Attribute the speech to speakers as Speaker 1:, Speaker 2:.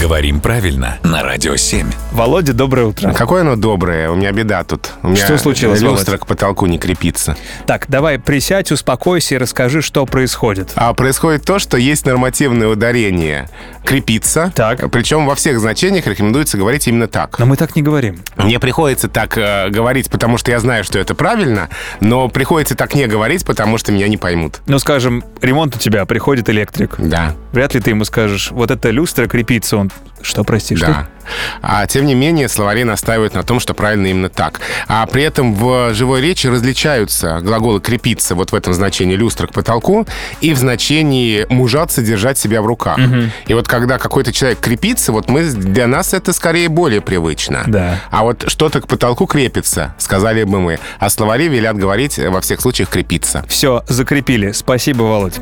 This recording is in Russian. Speaker 1: Говорим правильно на Радио 7.
Speaker 2: Володя, доброе утро.
Speaker 3: А Какое оно доброе, у меня беда тут. У меня
Speaker 2: Что случилось,
Speaker 3: Люстра
Speaker 2: Володь?
Speaker 3: к потолку не крепится.
Speaker 2: Так, давай присядь, успокойся и расскажи, что происходит.
Speaker 3: А происходит то, что есть нормативное ударение «крепиться».
Speaker 2: Так. а
Speaker 3: Причем во всех значениях рекомендуется говорить именно так.
Speaker 2: Но мы так не говорим.
Speaker 3: Мне приходится так э, говорить, потому что я знаю, что это правильно, но приходится так не говорить, потому что меня не поймут.
Speaker 2: Ну, скажем, ремонт у тебя, приходит электрик.
Speaker 3: Да.
Speaker 2: Вряд ли ты ему скажешь, вот эта люстра крепится, он... Что, прости, что?
Speaker 3: Да. А тем не менее, словари настаивают на том, что правильно именно так. А при этом в живой речи различаются глаголы «крепиться» вот в этом значении «люстра к потолку» и в значении «мужаться, держать себя в руках». И вот когда какой-то человек крепится, вот мы, для нас это скорее более привычно.
Speaker 2: Да.
Speaker 3: А вот что-то к потолку крепится, сказали бы мы. А словари велят говорить во всех случаях «крепиться».
Speaker 2: Все, закрепили. Спасибо, Володь.